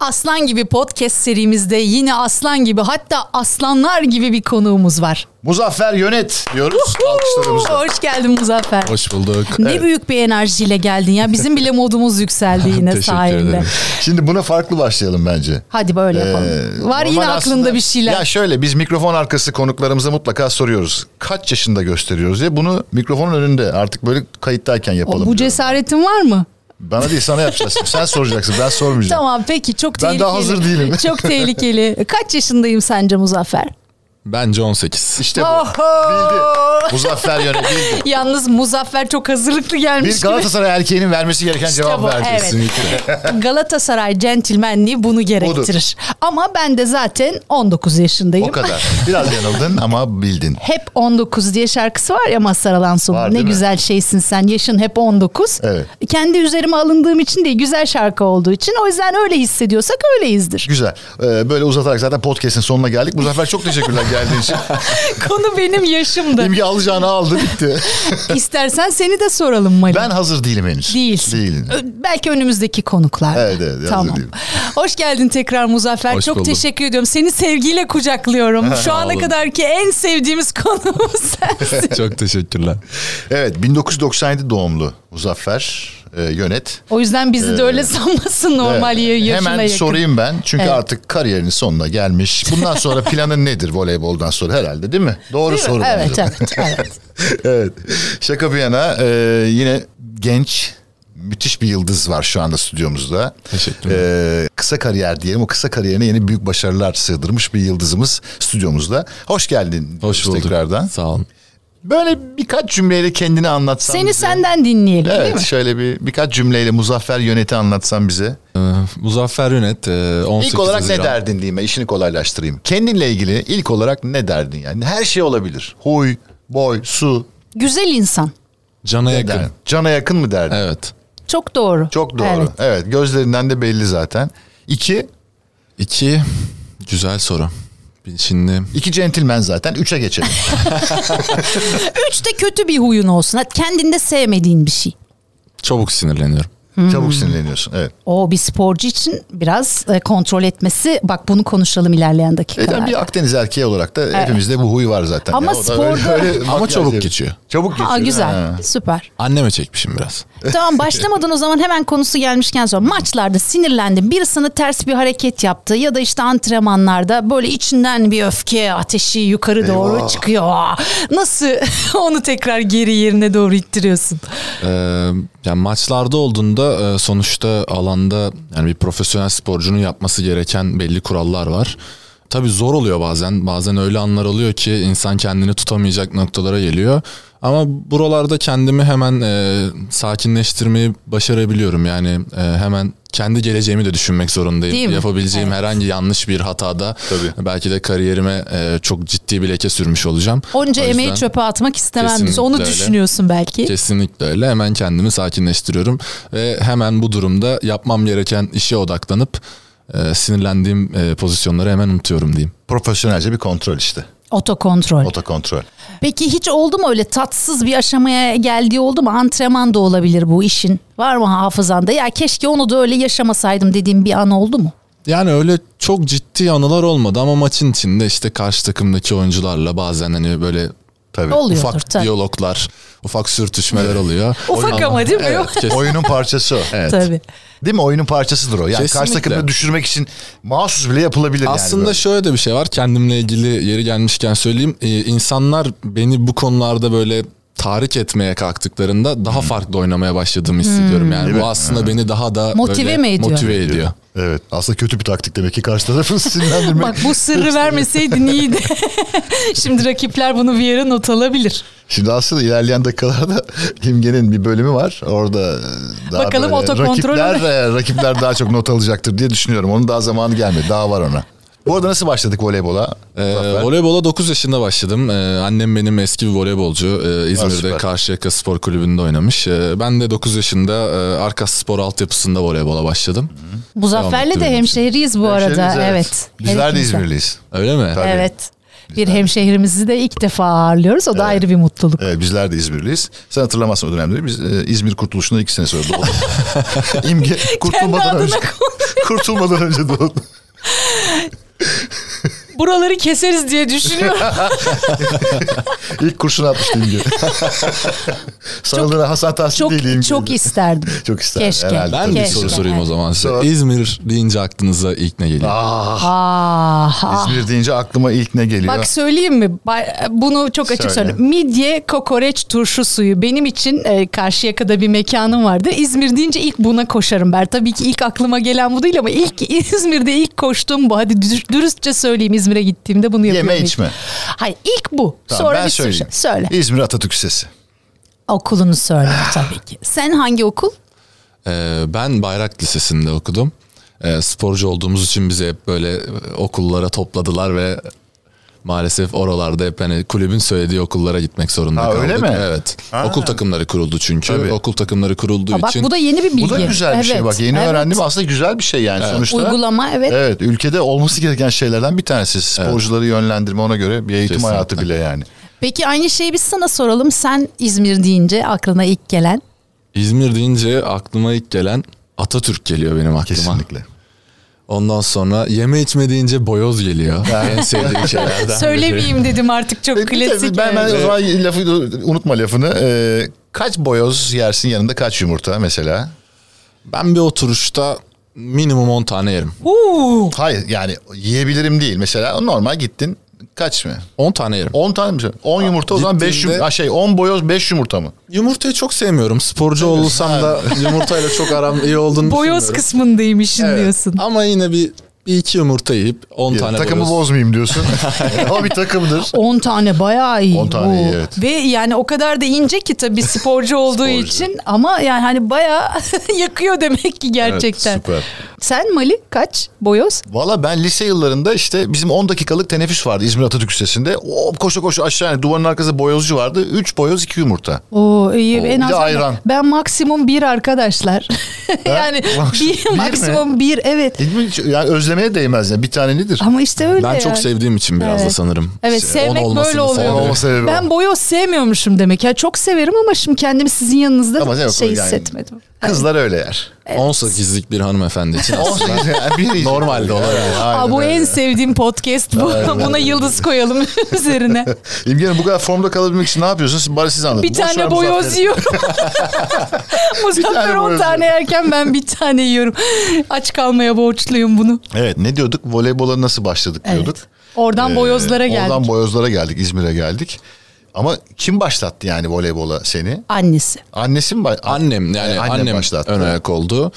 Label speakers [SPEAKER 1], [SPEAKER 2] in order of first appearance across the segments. [SPEAKER 1] Aslan gibi podcast serimizde yine aslan gibi hatta aslanlar gibi bir konuğumuz var.
[SPEAKER 2] Muzaffer yönet diyoruz. Alkışlarımızla.
[SPEAKER 1] Hoş geldin Muzaffer.
[SPEAKER 3] Hoş bulduk.
[SPEAKER 1] Ne büyük bir enerjiyle geldin ya. Bizim bile modumuz yükseldi yine
[SPEAKER 3] Teşekkür
[SPEAKER 1] sayende.
[SPEAKER 3] ederim.
[SPEAKER 2] Şimdi buna farklı başlayalım bence.
[SPEAKER 1] Hadi böyle yapalım.
[SPEAKER 2] Ee,
[SPEAKER 1] var yine
[SPEAKER 2] normal
[SPEAKER 1] aklında
[SPEAKER 2] aslında-
[SPEAKER 1] bir şeyler.
[SPEAKER 2] Ya şöyle biz mikrofon arkası konuklarımıza mutlaka soruyoruz. Kaç yaşında gösteriyoruz diye bunu mikrofonun önünde artık böyle kayıttayken
[SPEAKER 1] O,
[SPEAKER 2] yapalım.
[SPEAKER 1] bu
[SPEAKER 2] diyorum.
[SPEAKER 1] cesaretin var mı?
[SPEAKER 2] Bana değil sana yapacağız. Sen soracaksın ben sormayacağım.
[SPEAKER 1] Tamam peki çok
[SPEAKER 2] Ben
[SPEAKER 1] tehlikeli.
[SPEAKER 2] daha hazır değilim.
[SPEAKER 1] çok tehlikeli. Kaç yaşındayım sence Muzaffer?
[SPEAKER 3] Bence 18.
[SPEAKER 2] İşte bu.
[SPEAKER 1] Oho!
[SPEAKER 2] Bildi. Muzaffer yönet bildi.
[SPEAKER 1] Yalnız Muzaffer çok hazırlıklı gelmiş
[SPEAKER 2] Bir
[SPEAKER 1] gibi.
[SPEAKER 2] Galatasaray erkeğinin vermesi gereken cevap
[SPEAKER 1] bu,
[SPEAKER 2] verdi.
[SPEAKER 1] evet.
[SPEAKER 3] Kesinlikle.
[SPEAKER 1] Galatasaray centilmenliği bunu gerektirir. Ama ben de zaten 19 yaşındayım.
[SPEAKER 2] O kadar. Biraz yanıldın ama bildin.
[SPEAKER 1] Hep 19 diye şarkısı var ya Mazhar Alanson.
[SPEAKER 2] Var,
[SPEAKER 1] Ne
[SPEAKER 2] değil mi?
[SPEAKER 1] güzel şeysin sen. Yaşın hep 19.
[SPEAKER 2] Evet.
[SPEAKER 1] Kendi üzerime alındığım için değil, güzel şarkı olduğu için. O yüzden öyle hissediyorsak öyleyizdir.
[SPEAKER 2] Güzel. Ee, böyle uzatarak zaten podcast'in sonuna geldik. Muzaffer çok teşekkürler geldiğin için.
[SPEAKER 1] Konu benim yaşımdı.
[SPEAKER 2] İmgi alacağını aldı bitti.
[SPEAKER 1] İstersen seni de soralım Mali.
[SPEAKER 2] Ben hazır değilim henüz.
[SPEAKER 1] Değilsin.
[SPEAKER 2] Değilim.
[SPEAKER 1] Ö- Belki önümüzdeki konuklar.
[SPEAKER 2] Evet, evet, hazır
[SPEAKER 1] Tamam.
[SPEAKER 2] değilim.
[SPEAKER 1] Hoş geldin tekrar Muzaffer.
[SPEAKER 3] Hoş
[SPEAKER 1] Çok
[SPEAKER 3] buldum.
[SPEAKER 1] teşekkür ediyorum. Seni sevgiyle kucaklıyorum. Şu ana
[SPEAKER 3] olun.
[SPEAKER 1] kadarki en sevdiğimiz konuğumuz sensin.
[SPEAKER 3] Çok teşekkürler.
[SPEAKER 2] Evet 1997 doğumlu Muzaffer e, yönet.
[SPEAKER 1] O yüzden bizi de öyle sanmasın normal
[SPEAKER 2] Ee, Evet.
[SPEAKER 1] yaşına
[SPEAKER 2] Hemen
[SPEAKER 1] yakın.
[SPEAKER 2] sorayım ben çünkü
[SPEAKER 1] Evet.
[SPEAKER 2] artık kariyerinin sonuna gelmiş. Bundan sonra planın nedir voleyboldan sonra herhalde değil mi? Doğru
[SPEAKER 1] Değil mi?
[SPEAKER 2] soru.
[SPEAKER 1] Evet,
[SPEAKER 2] bence.
[SPEAKER 1] evet, evet.
[SPEAKER 2] evet. Şaka bir yana e, yine genç müthiş bir yıldız var şu anda stüdyomuzda.
[SPEAKER 3] Teşekkürler.
[SPEAKER 2] E, kısa kariyer diyelim. O kısa kariyerine yeni büyük başarılar sığdırmış bir yıldızımız stüdyomuzda. Hoş geldin.
[SPEAKER 3] Hoş
[SPEAKER 2] diyoruz
[SPEAKER 3] bulduk.
[SPEAKER 2] Tekrardan.
[SPEAKER 3] Sağ olun.
[SPEAKER 2] Böyle birkaç cümleyle kendini anlatsan
[SPEAKER 1] Seni
[SPEAKER 2] bize.
[SPEAKER 1] senden dinleyelim değil
[SPEAKER 2] Evet
[SPEAKER 1] mi?
[SPEAKER 2] şöyle bir birkaç cümleyle Muzaffer Yönet'i anlatsan bize.
[SPEAKER 3] Ee, Muzaffer Yönet e, 18
[SPEAKER 2] İlk olarak
[SPEAKER 3] Haziran.
[SPEAKER 2] ne derdin diyeyim ben, işini kolaylaştırayım. Kendinle ilgili ilk olarak ne derdin yani? Her şey olabilir. Huy, boy, su,
[SPEAKER 1] Güzel insan.
[SPEAKER 3] Cana
[SPEAKER 2] ne derdin?
[SPEAKER 3] yakın.
[SPEAKER 2] Cana yakın mı derdin?
[SPEAKER 3] Evet.
[SPEAKER 1] Çok doğru.
[SPEAKER 2] Çok doğru.
[SPEAKER 1] Evet.
[SPEAKER 2] Evet. gözlerinden de belli zaten. İki,
[SPEAKER 3] İki. Güzel soru. Bir Şimdi
[SPEAKER 2] iki centilmen zaten. Üçe geçelim.
[SPEAKER 1] Üç de kötü bir huyun olsun. Hadi kendinde sevmediğin bir şey.
[SPEAKER 3] çabuk sinirleniyorum.
[SPEAKER 2] Çabuk sinirleniyorsun. Evet.
[SPEAKER 1] O bir sporcu için biraz e, kontrol etmesi. Bak bunu konuşalım ilerleyen
[SPEAKER 2] Eden
[SPEAKER 1] dakikalarda.
[SPEAKER 2] E, bir Akdeniz erkeği olarak da hepimizde bu huy var zaten.
[SPEAKER 1] Ama
[SPEAKER 2] Yani o da öyle-
[SPEAKER 1] sporda-
[SPEAKER 2] öyle
[SPEAKER 3] Ama
[SPEAKER 2] makyaj
[SPEAKER 3] çabuk
[SPEAKER 2] yapıyor.
[SPEAKER 3] geçiyor.
[SPEAKER 2] Çabuk geçiyor.
[SPEAKER 1] Aa, güzel.
[SPEAKER 2] Ha.
[SPEAKER 1] Süper.
[SPEAKER 3] Anneme çekmişim biraz.
[SPEAKER 1] Tamam başlamadan o zaman hemen konusu gelmişken sonra maçlarda sinirlendim. Birisini ters bir hareket yaptı ya da işte antrenmanlarda böyle içinden bir öfke ateşi yukarı doğru
[SPEAKER 2] Eyvah.
[SPEAKER 1] çıkıyor. Aa, Nasıl onu tekrar geri yerine doğru ittiriyorsun?
[SPEAKER 3] Ee, yani maçlarda olduğunda e, sonuçta alanda yani bir profesyonel sporcunun yapması gereken belli kurallar var. Tabii zor oluyor bazen. Bazen öyle anlar oluyor ki insan kendini tutamayacak noktalara geliyor. Ama buralarda kendimi hemen e, sakinleştirmeyi başarabiliyorum. Yani e, hemen kendi geleceğimi de düşünmek zorundayım.
[SPEAKER 1] Değil mi?
[SPEAKER 3] Yapabileceğim herhangi yanlış bir hatada
[SPEAKER 2] Tabii.
[SPEAKER 3] belki de kariyerime e, çok ciddi bir leke sürmüş olacağım.
[SPEAKER 1] Onca
[SPEAKER 3] O yüzden-
[SPEAKER 1] emeği çöpe atmak istemem diyorsun.
[SPEAKER 3] Kesinlikle
[SPEAKER 1] Onu
[SPEAKER 3] öyle.
[SPEAKER 1] düşünüyorsun belki.
[SPEAKER 3] Kesinlikle öyle. Hemen kendimi sakinleştiriyorum ve hemen bu durumda yapmam gereken işe odaklanıp e, sinirlendiğim e, pozisyonları hemen unutuyorum diyeyim.
[SPEAKER 2] Profesyonelce bir kontrol işte.
[SPEAKER 1] Otokontrol.
[SPEAKER 2] Otokontrol.
[SPEAKER 1] Peki hiç oldu mu öyle tatsız bir aşamaya geldiği oldu mu? Antrenman da olabilir bu işin. Var mı hafızanda? Ya keşke onu da öyle yaşamasaydım dediğim bir an oldu mu?
[SPEAKER 3] Yani öyle çok ciddi anılar olmadı ama maçın içinde işte karşı takımdaki oyuncularla bazen hani böyle
[SPEAKER 2] Tabii.
[SPEAKER 1] Oluyordur
[SPEAKER 3] ufak
[SPEAKER 1] tabii.
[SPEAKER 3] diyaloglar, ufak sürtüşmeler oluyor.
[SPEAKER 1] Ufak ama değil mi?
[SPEAKER 3] Evet, kesin-
[SPEAKER 2] Oyunun parçası o.
[SPEAKER 3] evet.
[SPEAKER 1] Tabii.
[SPEAKER 2] Değil mi? Oyunun parçasıdır o. Yani karşı
[SPEAKER 3] Kesinlikle.
[SPEAKER 2] takımı düşürmek için mahsus bile yapılabilir
[SPEAKER 3] Aslında
[SPEAKER 2] yani. böyle.
[SPEAKER 3] şöyle de bir şey var kendimle ilgili yeri gelmişken söyleyeyim. Ee, insanlar beni bu konularda böyle tahrik etmeye kalktıklarında
[SPEAKER 2] Hmm.
[SPEAKER 3] daha farklı oynamaya başladığımı hissediyorum. Yani bu aslında beni daha da
[SPEAKER 1] Motive
[SPEAKER 3] böyle
[SPEAKER 1] mi ediyor?
[SPEAKER 3] Motive ediyor.
[SPEAKER 2] Evet. Aslında kötü bir taktik demek ki karşı tarafı sinirlendirmek.
[SPEAKER 1] Bak bu sırrı vermeseydin iyiydi. Şimdi rakipler bunu bir yere not alabilir.
[SPEAKER 2] Şimdi aslında ilerleyen dakikalarda İmge'nin bir bölümü var. Orada e, daha
[SPEAKER 1] Bakalım
[SPEAKER 2] böyle
[SPEAKER 1] otokontrolü
[SPEAKER 2] rakipler, e, rakipler daha çok not alacaktır diye düşünüyorum. Onun daha zamanı gelmedi. Daha var ona. Bu arada nasıl başladık voleybola?
[SPEAKER 3] Ee,
[SPEAKER 2] Muzaffer?
[SPEAKER 3] voleybola 9 yaşında başladım. Ee, annem benim eski bir voleybolcu. Ee, İzmir'de
[SPEAKER 2] süper.
[SPEAKER 3] Karşıyaka Spor Kulübü'nde oynamış. Ee, ben de 9 yaşında e, Arkas Spor altyapısında voleybola başladım.
[SPEAKER 1] Bu Zafer'le de
[SPEAKER 3] ettiriyorum.
[SPEAKER 1] hemşehriyiz bu
[SPEAKER 2] Hemşehrimiz,
[SPEAKER 1] arada. Evet.
[SPEAKER 2] Bizler de
[SPEAKER 1] İzmirli.
[SPEAKER 2] İzmirliyiz.
[SPEAKER 3] Öyle mi?
[SPEAKER 2] Tabii.
[SPEAKER 1] Evet. Bir hemşehrimizi de ilk defa ağırlıyoruz. O da ayrı bir mutluluk.
[SPEAKER 2] Evet, bizler de İzmirliyiz. Sen hatırlamazsın o dönemleri. Biz e, İzmir Kurtuluşu'nda iki sene sonra doğduk. İmge kurtulmadan
[SPEAKER 1] adına
[SPEAKER 2] önce. kurtulmadan önce doğduk.
[SPEAKER 1] Buraları keseriz diye düşünüyorum.
[SPEAKER 2] İlk kurşun atmıştı İmge. Sanıldığına hasat tahsil
[SPEAKER 1] çok
[SPEAKER 2] değil İmge.
[SPEAKER 1] çok isterdim.
[SPEAKER 2] Çok ister.
[SPEAKER 1] Keşke.
[SPEAKER 2] Herhalde.
[SPEAKER 3] Ben
[SPEAKER 2] tabii.
[SPEAKER 3] bir
[SPEAKER 1] Keşke.
[SPEAKER 3] soru sorayım o zaman size.
[SPEAKER 2] Sor.
[SPEAKER 3] İzmir deyince aklınıza ilk ne geliyor?
[SPEAKER 2] Ah,
[SPEAKER 1] Ah, ah.
[SPEAKER 2] İzmir deyince aklıma ilk ne geliyor?
[SPEAKER 1] Bak söyleyeyim mi? Bay- Bunu çok açık
[SPEAKER 2] Söyle.
[SPEAKER 1] söyleyeyim. Midye kokoreç turşu suyu. Benim için e, Karşıyaka'da bir mekanım vardı. İzmir deyince ilk buna koşarım ben. Tabii ki ilk aklıma gelen bu değil ama ilk İzmir'de ilk koştuğum bu. Hadi dürüst- dürüstçe söyleyeyim İzmir'e gittiğimde bunu yapıyorum.
[SPEAKER 2] Yeme
[SPEAKER 1] ilk.
[SPEAKER 2] içme.
[SPEAKER 1] Hayır ilk bu.
[SPEAKER 2] Tamam,
[SPEAKER 1] Sonra
[SPEAKER 2] ben
[SPEAKER 1] bir sürü
[SPEAKER 2] söyleyeyim.
[SPEAKER 1] şey- Söyle.
[SPEAKER 2] İzmir Atatürk Lisesi.
[SPEAKER 1] Okulunu söyle
[SPEAKER 2] Ah.
[SPEAKER 1] tabii ki. Sen hangi okul?
[SPEAKER 3] Ee, ben Bayrak Lisesi'nde okudum. Ee, sporcu olduğumuz için bizi hep böyle e, okullara topladılar ve maalesef oralarda hep hani kulübün söylediği okullara gitmek zorunda
[SPEAKER 2] Ha,
[SPEAKER 3] kaldık.
[SPEAKER 2] öyle mi?
[SPEAKER 3] Evet. Okul takımları kuruldu çünkü.
[SPEAKER 2] Tabii.
[SPEAKER 3] Okul takımları kurulduğu
[SPEAKER 1] Ha, bak
[SPEAKER 3] için
[SPEAKER 1] bu da yeni bir bilgi.
[SPEAKER 2] Bu da güzel bir şey
[SPEAKER 1] Evet,
[SPEAKER 2] bak yeni
[SPEAKER 1] evet.
[SPEAKER 2] öğrendim aslında güzel bir şey yani sonuçta.
[SPEAKER 1] Uygulama evet.
[SPEAKER 2] Evet ülkede olması gereken şeylerden bir tanesi sporcuları yönlendirme ona göre bir eğitim
[SPEAKER 3] Kesinlikle.
[SPEAKER 2] hayatı bile yani.
[SPEAKER 1] Peki aynı şeyi biz sana soralım. Sen İzmir deyince aklına ilk gelen
[SPEAKER 3] İzmir deyince aklıma ilk gelen Atatürk geliyor benim aklıma.
[SPEAKER 2] Kesinlikle.
[SPEAKER 3] Ondan sonra yeme içme deyince boyoz geliyor. en sevdiğim şeylerden. biri.
[SPEAKER 1] Söylemeyeyim dedim artık çok
[SPEAKER 2] Bir de
[SPEAKER 1] klasik.
[SPEAKER 2] ben, ben
[SPEAKER 1] evet.
[SPEAKER 2] o zaman lafı unutma lafını. Ee, kaç boyoz yersin yanında kaç yumurta mesela?
[SPEAKER 3] Ben bir oturuşta minimum 10 tane yerim.
[SPEAKER 1] Huu.
[SPEAKER 2] Hayır yani yiyebilirim değil. Mesela normal gittin kaç mı?
[SPEAKER 3] 10 tane yerim.
[SPEAKER 2] 10 tane mi? 10 yumurta o zaman 5
[SPEAKER 3] gittiğinde-
[SPEAKER 2] yumurta. Şey 10 boyoz 5 yumurta mı?
[SPEAKER 3] Yumurtayı çok sevmiyorum. Sporcu olsam da yumurtayla çok aram iyi olduğunu
[SPEAKER 1] Boyoz
[SPEAKER 3] düşünmüyorum.
[SPEAKER 1] kısmındayım işin
[SPEAKER 3] Evet.
[SPEAKER 1] diyorsun.
[SPEAKER 3] Ama yine bir, bir iki yumurta yiyip 10 tane
[SPEAKER 2] Takımı
[SPEAKER 3] boyoz.
[SPEAKER 2] bozmayayım diyorsun. o bir takımdır.
[SPEAKER 1] 10 tane bayağı iyi.
[SPEAKER 2] 10 tane iyi, evet.
[SPEAKER 1] Ve yani o kadar da ince ki tabii sporcu olduğu
[SPEAKER 2] Sporcu.
[SPEAKER 1] için ama yani hani bayağı yakıyor demek ki gerçekten.
[SPEAKER 2] Süper.
[SPEAKER 1] Sen Mali kaç boyoz?
[SPEAKER 2] Valla ben lise yıllarında işte bizim 10 dakikalık teneffüs vardı İzmir Atatürk Lisesi'nde. O koşa koşa aşağı yani duvarın arkasında boyozcu vardı. 3 boyoz 2 yumurta.
[SPEAKER 1] Oo iyi
[SPEAKER 2] Oo,
[SPEAKER 1] en
[SPEAKER 2] bir
[SPEAKER 1] az
[SPEAKER 2] de
[SPEAKER 1] ben-
[SPEAKER 2] ayran.
[SPEAKER 1] ben maksimum bir arkadaşlar. yani
[SPEAKER 2] Maks-
[SPEAKER 1] bir,
[SPEAKER 2] bir mi?
[SPEAKER 1] maksimum bir evet.
[SPEAKER 2] Değil mi? Hiç- Yani özlemeye değmez yani bir tane nedir?
[SPEAKER 1] Ama işte öyle.
[SPEAKER 3] Ben
[SPEAKER 1] yani.
[SPEAKER 3] çok sevdiğim için biraz da
[SPEAKER 1] Evet.
[SPEAKER 3] sanırım.
[SPEAKER 1] Evet
[SPEAKER 3] Şey, on
[SPEAKER 1] sevmek
[SPEAKER 3] olmasını
[SPEAKER 1] böyle oluyor.
[SPEAKER 3] sevmiyorum.
[SPEAKER 2] On olması sebebi
[SPEAKER 1] ben
[SPEAKER 2] o.
[SPEAKER 1] boyoz sevmiyormuşum demek. Ya çok severim ama şimdi kendimi sizin yanınızda
[SPEAKER 2] Ama yok,
[SPEAKER 1] şey
[SPEAKER 2] yani
[SPEAKER 1] hissetmedim.
[SPEAKER 2] Kızlar öyle yer.
[SPEAKER 3] 18'lik bir hanımefendi için aslında
[SPEAKER 2] 18 yani bir
[SPEAKER 3] Normalde olay o.
[SPEAKER 2] Aynen
[SPEAKER 1] Aa, bu
[SPEAKER 2] öyle.
[SPEAKER 1] en sevdiğim podcast bu. Buna yıldız koyalım üzerine.
[SPEAKER 2] İlgi Hanım bu kadar formda kalabilmek için ne yapıyorsunuz? Siz Bari siz anlatın.
[SPEAKER 1] Bir
[SPEAKER 2] Boş ver
[SPEAKER 1] tane
[SPEAKER 2] bu
[SPEAKER 1] boyoz
[SPEAKER 2] zaten.
[SPEAKER 1] yiyorum. Muzaffer
[SPEAKER 2] tane
[SPEAKER 1] 10
[SPEAKER 2] boyoz
[SPEAKER 1] tane yerken ben bir tane yiyorum. Aç kalmaya borçluyum bunu.
[SPEAKER 2] Evet ne diyorduk? Voleybola nasıl başladık
[SPEAKER 1] Evet.
[SPEAKER 2] diyorduk.
[SPEAKER 1] Oradan
[SPEAKER 2] Ee,
[SPEAKER 1] boyozlara geldik.
[SPEAKER 2] Oradan boyozlara geldik. İzmir'e geldik. Ama kim başlattı yani voleybola seni?
[SPEAKER 1] Annesi.
[SPEAKER 2] Annesi mi? baş-
[SPEAKER 3] Annem yani
[SPEAKER 2] Ee,
[SPEAKER 3] annem
[SPEAKER 2] başlattı.
[SPEAKER 3] ön ayak oldu.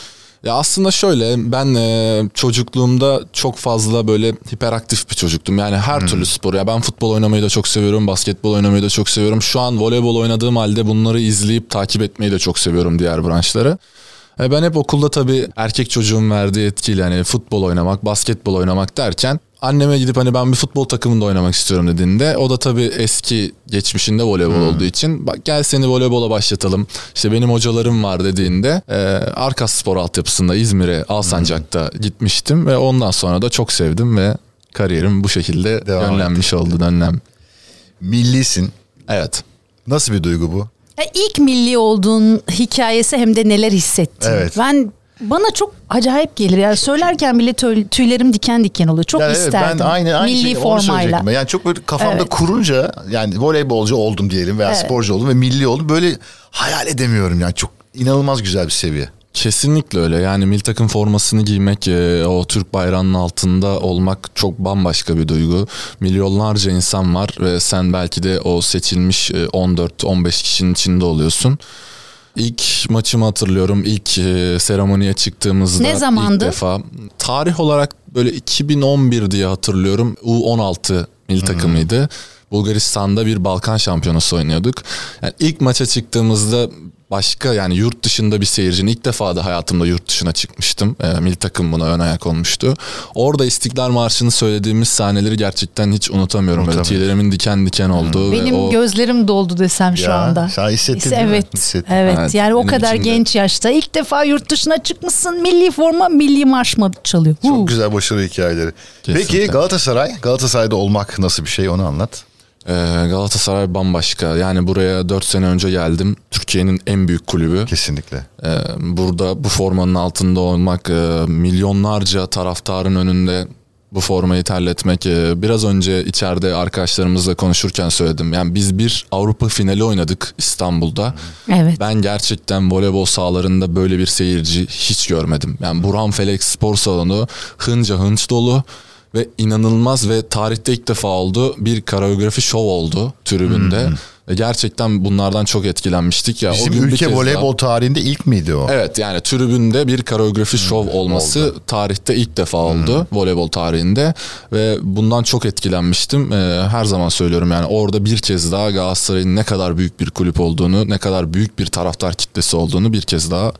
[SPEAKER 3] Ya aslında şöyle ben e, çocukluğumda çok fazla böyle hiperaktif bir çocuktum. Yani her türlü spor. Ya ben futbol oynamayı da çok seviyorum, basketbol oynamayı da çok seviyorum. Şu an voleybol oynadığım halde bunları izleyip takip etmeyi de çok seviyorum diğer branşları. E, ben hep okulda tabii erkek çocuğun verdiği etkiyle hani futbol oynamak, basketbol oynamak derken anneme gidip hani ben bir futbol takımında oynamak istiyorum dediğinde o da tabii eski geçmişinde voleybol olduğu için bak gel seni voleybola başlatalım. İşte benim hocalarım var dediğinde e, Arkas Spor altyapısında İzmir'e Alsancak'ta gitmiştim ve ondan sonra da çok sevdim ve kariyerim bu şekilde
[SPEAKER 2] Devam
[SPEAKER 3] yönlenmiş oldu dönlem.
[SPEAKER 2] Millisin.
[SPEAKER 3] Evet.
[SPEAKER 2] Nasıl bir duygu bu?
[SPEAKER 1] Ya ilk milli olduğun hikayesi hem de neler hissettin.
[SPEAKER 2] Evet.
[SPEAKER 1] Ben bana çok acayip gelir. Yani söylerken bile tö- tüylerim diken diken oluyor. Çok
[SPEAKER 2] Yani evet,
[SPEAKER 1] isterdim.
[SPEAKER 2] Ben aynı, aynı
[SPEAKER 1] milli
[SPEAKER 2] şeyi- onu
[SPEAKER 1] formayla.
[SPEAKER 2] söyleyecektim. Yani çok böyle kafamda
[SPEAKER 1] Evet.
[SPEAKER 2] kurunca yani voleybolcu oldum diyelim veya
[SPEAKER 1] Evet.
[SPEAKER 2] sporcu oldum ve milli oldum. Böyle hayal edemiyorum yani çok inanılmaz güzel bir seviye.
[SPEAKER 3] Kesinlikle öyle. Yani milli takım formasını giymek, e, o Türk bayrağının altında olmak çok bambaşka bir duygu. Milyonlarca insan var ve sen belki de o seçilmiş e, 14-15 kişinin içinde oluyorsun. İlk maçımı hatırlıyorum. İlk e, seremoniye çıktığımızda
[SPEAKER 1] Ne zamandı?
[SPEAKER 3] ilk defa. Tarih olarak böyle 2011 diye hatırlıyorum. U16 milli takımıydı. Bulgaristan'da bir Balkan şampiyonası oynuyorduk. Yani ilk maça çıktığımızda başka yani yurt dışında bir seyircinin ilk defa da hayatımda yurt dışına çıkmıştım. E, milli takım buna ön ayak olmuştu. Orada İstiklal Marşı'nı söylediğimiz sahneleri gerçekten hiç unutamıyorum. Böyle
[SPEAKER 2] Unutamıyorum.
[SPEAKER 3] tüylerimin diken diken olduğu ve
[SPEAKER 1] Benim
[SPEAKER 3] o
[SPEAKER 1] gözlerim doldu desem şu
[SPEAKER 2] Ya,
[SPEAKER 1] anda.
[SPEAKER 2] sen hissettin
[SPEAKER 1] His-
[SPEAKER 2] değil mi?
[SPEAKER 1] Evet.
[SPEAKER 2] Hissettin.
[SPEAKER 1] Evet.
[SPEAKER 3] Evet,
[SPEAKER 1] yani o
[SPEAKER 3] benim
[SPEAKER 1] kadar
[SPEAKER 3] için de.
[SPEAKER 1] genç yaşta ilk defa yurt dışına çıkmışsın. Milli forma, milli marş mı çalıyor? Huu.
[SPEAKER 2] Çok güzel başarı hikayeleri. Peki
[SPEAKER 3] Kesinlikle.
[SPEAKER 2] Galatasaray, Galatasaray'da olmak nasıl bir şey onu anlat.
[SPEAKER 3] Ee, Galatasaray bambaşka. Yani buraya 4 sene önce geldim. Türkiye'nin en büyük kulübü.
[SPEAKER 2] Kesinlikle.
[SPEAKER 3] Ee, burada bu formanın altında olmak, e, milyonlarca taraftarın önünde bu formayı terletmek. e, biraz önce içeride arkadaşlarımızla konuşurken söyledim. Yani biz bir Avrupa finali oynadık İstanbul'da.
[SPEAKER 1] Evet.
[SPEAKER 3] Ben gerçekten voleybol sahalarında böyle bir seyirci hiç görmedim. Yani Burhan Felek Spor Salonu hınca hınç dolu ve inanılmaz ve tarihte ilk defa oldu bir koreografi şov oldu tribünde. Ve gerçekten bunlardan çok etkilenmiştik ya.
[SPEAKER 2] Bizim
[SPEAKER 3] o gün bir
[SPEAKER 2] ülke
[SPEAKER 3] kez
[SPEAKER 2] voleybol
[SPEAKER 3] daha-
[SPEAKER 2] tarihinde ilk miydi o?
[SPEAKER 3] Evet yani tribünde bir koreografi şov olması tarihte ilk defa oldu voleybol tarihinde ve bundan çok etkilenmiştim. Ee, her zaman söylüyorum yani orada bir kez daha Galatasaray'ın ne kadar büyük bir kulüp olduğunu, ne kadar büyük bir taraftar kitlesi olduğunu bir kez daha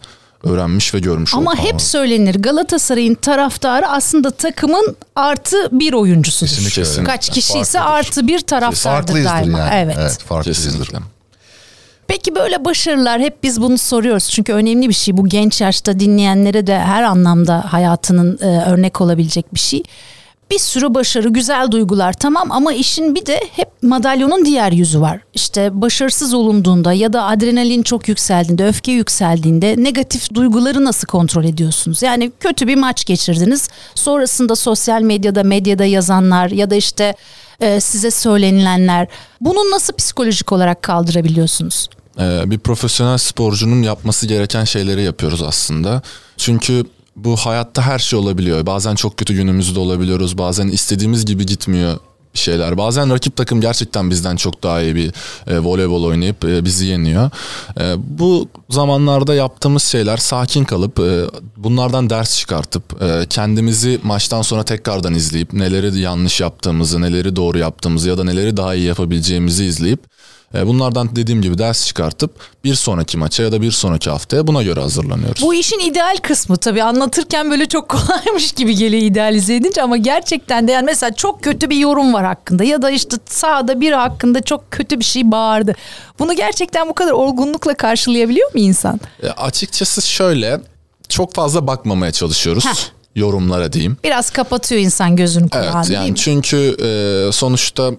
[SPEAKER 3] öğrenmiş ve görmüş
[SPEAKER 1] Ama
[SPEAKER 3] oldum.
[SPEAKER 1] hep söylenir Galatasaray'ın taraftarı aslında takımın artı bir oyuncusudur.
[SPEAKER 3] Kesinlikle öyle.
[SPEAKER 1] Kaç kişiyse
[SPEAKER 2] Farklıdır.
[SPEAKER 1] artı bir taraftardır
[SPEAKER 2] E, Farklıyızdır
[SPEAKER 1] daima.
[SPEAKER 2] yani.
[SPEAKER 1] Evet.
[SPEAKER 2] farklıyızdır.
[SPEAKER 3] kesinlikle.
[SPEAKER 1] Peki böyle başarılar hep biz bunu soruyoruz. Çünkü önemli bir şey bu genç yaşta dinleyenlere de her anlamda hayatının e, örnek olabilecek bir şey. Bir sürü başarı, güzel duygular tamam ama işin bir de hep madalyonun diğer yüzü var. İşte başarısız olunduğunda ya da adrenalin çok yükseldiğinde, öfke yükseldiğinde negatif duyguları nasıl kontrol ediyorsunuz? Yani kötü bir maç geçirdiniz. Sonrasında sosyal medyada, medyada yazanlar ya da işte e, size söylenilenler. Bunu nasıl psikolojik olarak kaldırabiliyorsunuz?
[SPEAKER 3] Ee, bir profesyonel sporcunun yapması gereken şeyleri yapıyoruz aslında. Çünkü bu hayatta her şey olabiliyor. Bazen çok kötü günümüzde olabiliyoruz. Bazen istediğimiz gibi gitmiyor bir şeyler. Bazen rakip takım gerçekten bizden çok daha iyi bir e, voleybol oynayıp e, bizi yeniyor. E, bu zamanlarda yaptığımız şeyler sakin kalıp e, bunlardan ders çıkartıp e, kendimizi maçtan sonra tekrardan izleyip neleri yanlış yaptığımızı, neleri doğru yaptığımızı ya da neleri daha iyi yapabileceğimizi izleyip e, Bunlardan dediğim gibi ders çıkartıp bir sonraki maça ya da bir sonraki haftaya buna göre hazırlanıyoruz.
[SPEAKER 1] Bu işin ideal kısmı tabii anlatırken böyle çok kolaymış gibi geliyor idealize edince ama gerçekten de yani mesela çok kötü bir yorum var hakkında ya da işte sağda biri hakkında çok kötü bir şey bağırdı. Bunu gerçekten bu kadar olgunlukla karşılayabiliyor mu insan?
[SPEAKER 3] E, Açıkçası şöyle çok fazla bakmamaya çalışıyoruz
[SPEAKER 1] Heh.
[SPEAKER 3] yorumlara diyeyim.
[SPEAKER 1] Biraz kapatıyor insan gözünü kulağını
[SPEAKER 3] Evet
[SPEAKER 1] değil mi?
[SPEAKER 3] yani çünkü e, sonuçta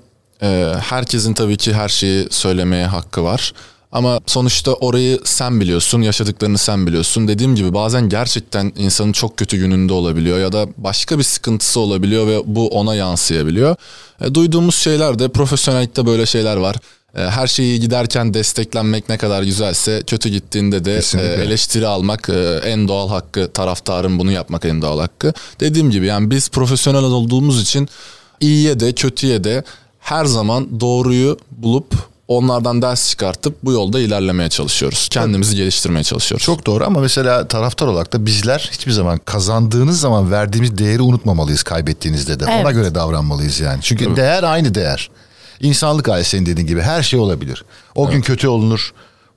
[SPEAKER 3] e, herkesin tabii ki her şeyi söylemeye hakkı var. Ama sonuçta orayı sen biliyorsun, yaşadıklarını sen biliyorsun. Dediğim gibi bazen gerçekten insanın çok kötü gününde olabiliyor ya da başka bir sıkıntısı olabiliyor ve bu ona yansıyabiliyor. E, duyduğumuz şeyler de profesyonellikte böyle şeyler var. E, her şey iyi giderken desteklenmek ne kadar güzelse kötü gittiğinde de
[SPEAKER 2] Kesinlikle.
[SPEAKER 3] e, eleştiri almak e, en doğal hakkı taraftarın bunu yapmak en doğal hakkı. Dediğim gibi yani biz profesyonel olduğumuz için iyiye de kötüye de her zaman doğruyu bulup onlardan ders çıkartıp bu yolda ilerlemeye çalışıyoruz. Kendimizi geliştirmeye çalışıyoruz.
[SPEAKER 2] Çok doğru ama mesela taraftar olarak da bizler hiçbir zaman kazandığınız zaman verdiğimiz değeri unutmamalıyız kaybettiğinizde de. Ona
[SPEAKER 1] Evet.
[SPEAKER 2] göre davranmalıyız yani. Çünkü değer aynı değer. İnsanlık hali senin dediğin gibi her şey olabilir. O gün kötü olunur.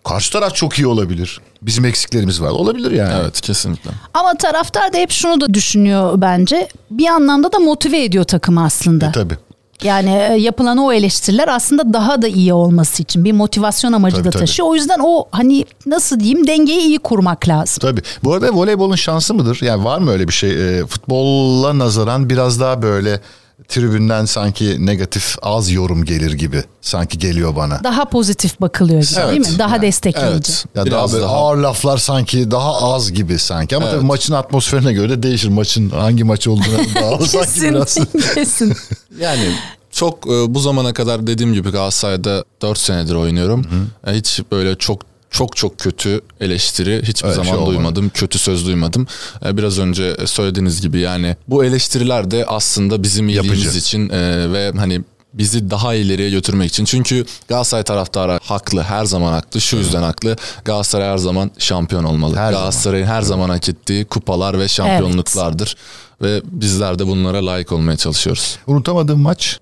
[SPEAKER 2] Karşı taraf çok iyi olabilir. Bizim eksiklerimiz var. Olabilir yani.
[SPEAKER 3] Evet kesinlikle.
[SPEAKER 1] Ama taraftar da hep şunu da düşünüyor bence. Bir anlamda da motive ediyor takımı aslında.
[SPEAKER 2] E, tabii.
[SPEAKER 1] Yani e, yapılan o eleştiriler aslında daha da iyi olması için bir motivasyon amacı
[SPEAKER 2] Tabii,
[SPEAKER 1] da
[SPEAKER 2] tabii.
[SPEAKER 1] taşıyor. O yüzden o hani nasıl diyeyim dengeyi iyi kurmak lazım.
[SPEAKER 2] Tabii. Bu arada voleybolun şansı mıdır? Yani var mı öyle bir şey? E, futbolla nazaran biraz daha böyle tribünden sanki negatif az yorum gelir gibi sanki geliyor bana.
[SPEAKER 1] Daha pozitif bakılıyor gibi değil mi? Daha destekleyici.
[SPEAKER 3] Evet.
[SPEAKER 2] Ya
[SPEAKER 3] Biraz
[SPEAKER 2] daha, böyle
[SPEAKER 3] daha.
[SPEAKER 2] ağır laflar sanki daha az gibi sanki ama tabii maçın atmosferine göre de değişir. Maçın hangi maç olduğuna bağlı sanki
[SPEAKER 1] Kesin,
[SPEAKER 2] biraz.
[SPEAKER 1] kesin.
[SPEAKER 3] Yani çok e, bu zamana kadar dediğim gibi Galatasaray'da 4 senedir oynuyorum. E, hiç böyle çok çok çok kötü eleştiri hiçbir
[SPEAKER 2] Öyle
[SPEAKER 3] zaman
[SPEAKER 2] şey olmadı.
[SPEAKER 3] duymadım. Kötü söz duymadım. E, biraz önce söylediğiniz gibi yani bu eleştiriler de aslında bizim iyiliğimiz
[SPEAKER 2] Yapıcı.
[SPEAKER 3] için e, ve hani bizi daha ileriye götürmek için. Çünkü Galatasaray taraftarı haklı, her zaman haklı. Şu yüzden haklı. Galatasaray her zaman şampiyon olmalı.
[SPEAKER 2] Her zaman.
[SPEAKER 3] Galatasaray'ın her zaman hak ettiği kupalar ve şampiyonluklardır ve bizler de bunlara layık olmaya çalışıyoruz.
[SPEAKER 2] Unutamadığım maç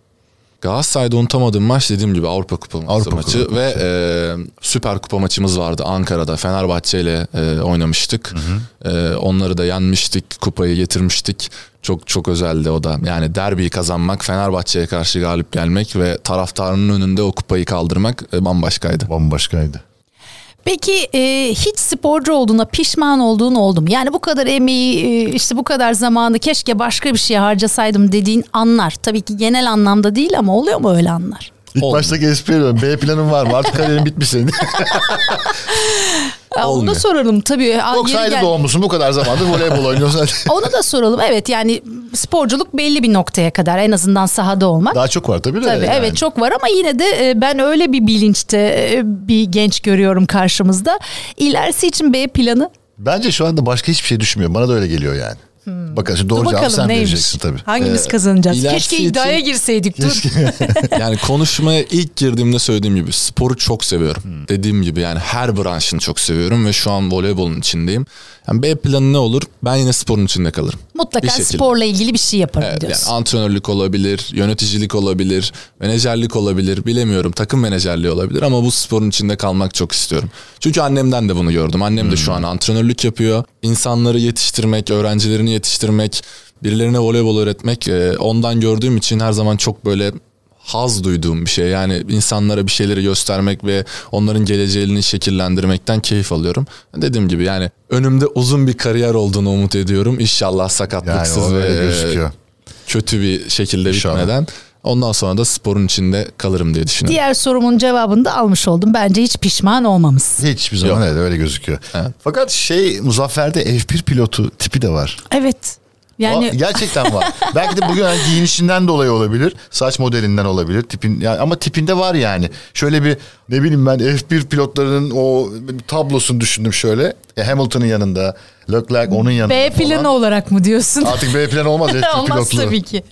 [SPEAKER 3] Galatasaray'da unutamadığım maç dediğim gibi Avrupa Kupası
[SPEAKER 2] Avrupa
[SPEAKER 3] maçı
[SPEAKER 2] Kupası.
[SPEAKER 3] ve e, Süper Kupa maçımız vardı Ankara'da. Fenerbahçe ile e, oynamıştık. E, onları da yenmiştik, kupayı getirmiştik. Çok çok özeldi o da. Yani derbiyi kazanmak, Fenerbahçe'ye karşı galip gelmek ve taraftarının önünde o kupayı kaldırmak e, bambaşkaydı.
[SPEAKER 2] Bambaşkaydı.
[SPEAKER 1] Peki e, hiç sporcu olduğuna pişman olduğun oldu mu? Yani bu kadar emeği e, işte bu kadar zamanı keşke başka bir şeye harcasaydım dediğin anlar. Tabii ki genel anlamda değil ama oluyor mu öyle anlar?
[SPEAKER 2] İlk
[SPEAKER 3] Olmuyor.
[SPEAKER 2] baştaki espriye dön. B planın var mı? Artık kariyerin bitmiş senin.
[SPEAKER 1] Aa, Onu da
[SPEAKER 3] Olmuyor.
[SPEAKER 1] soralım tabii. Aa, yeri
[SPEAKER 2] 97
[SPEAKER 1] gel-
[SPEAKER 2] doğmuşsun bu kadar zamandır voleybol oynuyorsun.
[SPEAKER 1] Onu da soralım. Evet yani sporculuk belli bir noktaya kadar en azından sahada olmak.
[SPEAKER 2] Daha çok var tabii de.
[SPEAKER 1] Tabii
[SPEAKER 2] yani.
[SPEAKER 1] evet çok var ama yine de e, ben öyle bir bilinçte e, bir genç görüyorum karşımızda. İlerisi için B planı
[SPEAKER 2] Bence şu anda başka hiçbir şey düşmüyor. Bana da öyle geliyor yani. Bakın şimdi
[SPEAKER 1] Hmm. Dur
[SPEAKER 2] doğru cevabı
[SPEAKER 1] bakalım
[SPEAKER 2] sen
[SPEAKER 1] neymiş?
[SPEAKER 2] vereceksin tabii.
[SPEAKER 1] Hangimiz
[SPEAKER 3] Ee,
[SPEAKER 1] kazanacağız?
[SPEAKER 3] ilerisi
[SPEAKER 1] Keşke iddiaya girseydik. Dur.
[SPEAKER 3] yani konuşmaya ilk girdiğimde söylediğim gibi sporu çok seviyorum. Dediğim gibi yani her branşını çok seviyorum ve şu an voleybolun içindeyim. Yani B planı ne olur? Ben yine sporun içinde kalırım.
[SPEAKER 1] Mutlaka
[SPEAKER 3] Bir şekilde.
[SPEAKER 1] sporla ilgili bir şey yaparım
[SPEAKER 3] Evet, yani
[SPEAKER 1] diyorsun.
[SPEAKER 3] antrenörlük olabilir, yöneticilik olabilir, menajerlik olabilir, bilemiyorum takım menajerliği olabilir ama bu sporun içinde kalmak çok istiyorum. Çünkü annemden de bunu gördüm. Annem
[SPEAKER 2] Hmm.
[SPEAKER 3] de şu an antrenörlük yapıyor. İnsanları yetiştirmek, öğrencilerini yetiştirmek, birilerine voleybol öğretmek e, ondan gördüğüm için her zaman çok böyle haz duyduğum bir şey. Yani insanlara bir şeyleri göstermek ve onların geleceğini şekillendirmekten keyif alıyorum. Dediğim gibi yani önümde uzun bir kariyer olduğunu umut ediyorum. İnşallah
[SPEAKER 2] Yani
[SPEAKER 3] sakatlıksız
[SPEAKER 2] o öyle
[SPEAKER 3] ve
[SPEAKER 2] gözüküyor.
[SPEAKER 3] kötü bir şekilde
[SPEAKER 2] İnşallah.
[SPEAKER 3] bitmeden ondan sonra da sporun içinde kalırım diye düşünüyorum.
[SPEAKER 1] Diğer sorumun cevabını da almış oldum. Bence hiç pişman olmamız.
[SPEAKER 2] Hiçbir zaman evet, öyle gözüküyor. Fakat şey Muzaffer'de F1 pilotu tipi de var.
[SPEAKER 1] Evet. Yani
[SPEAKER 2] Aa, gerçekten var. Belki de bugün hani giyinişinden dolayı olabilir. Saç modelinden olabilir. Tipin yani ama tipinde var yani. Şöyle bir ne bileyim ben F1 pilotlarının o tablosunu düşündüm şöyle. E, Hamilton'ın yanında, Leclerc onun yanında
[SPEAKER 1] B
[SPEAKER 2] falan.
[SPEAKER 1] planı olarak mı diyorsun?
[SPEAKER 2] Artık B planı olmaz F1
[SPEAKER 1] Olmaz
[SPEAKER 2] pilotluğu.
[SPEAKER 1] tabii ki.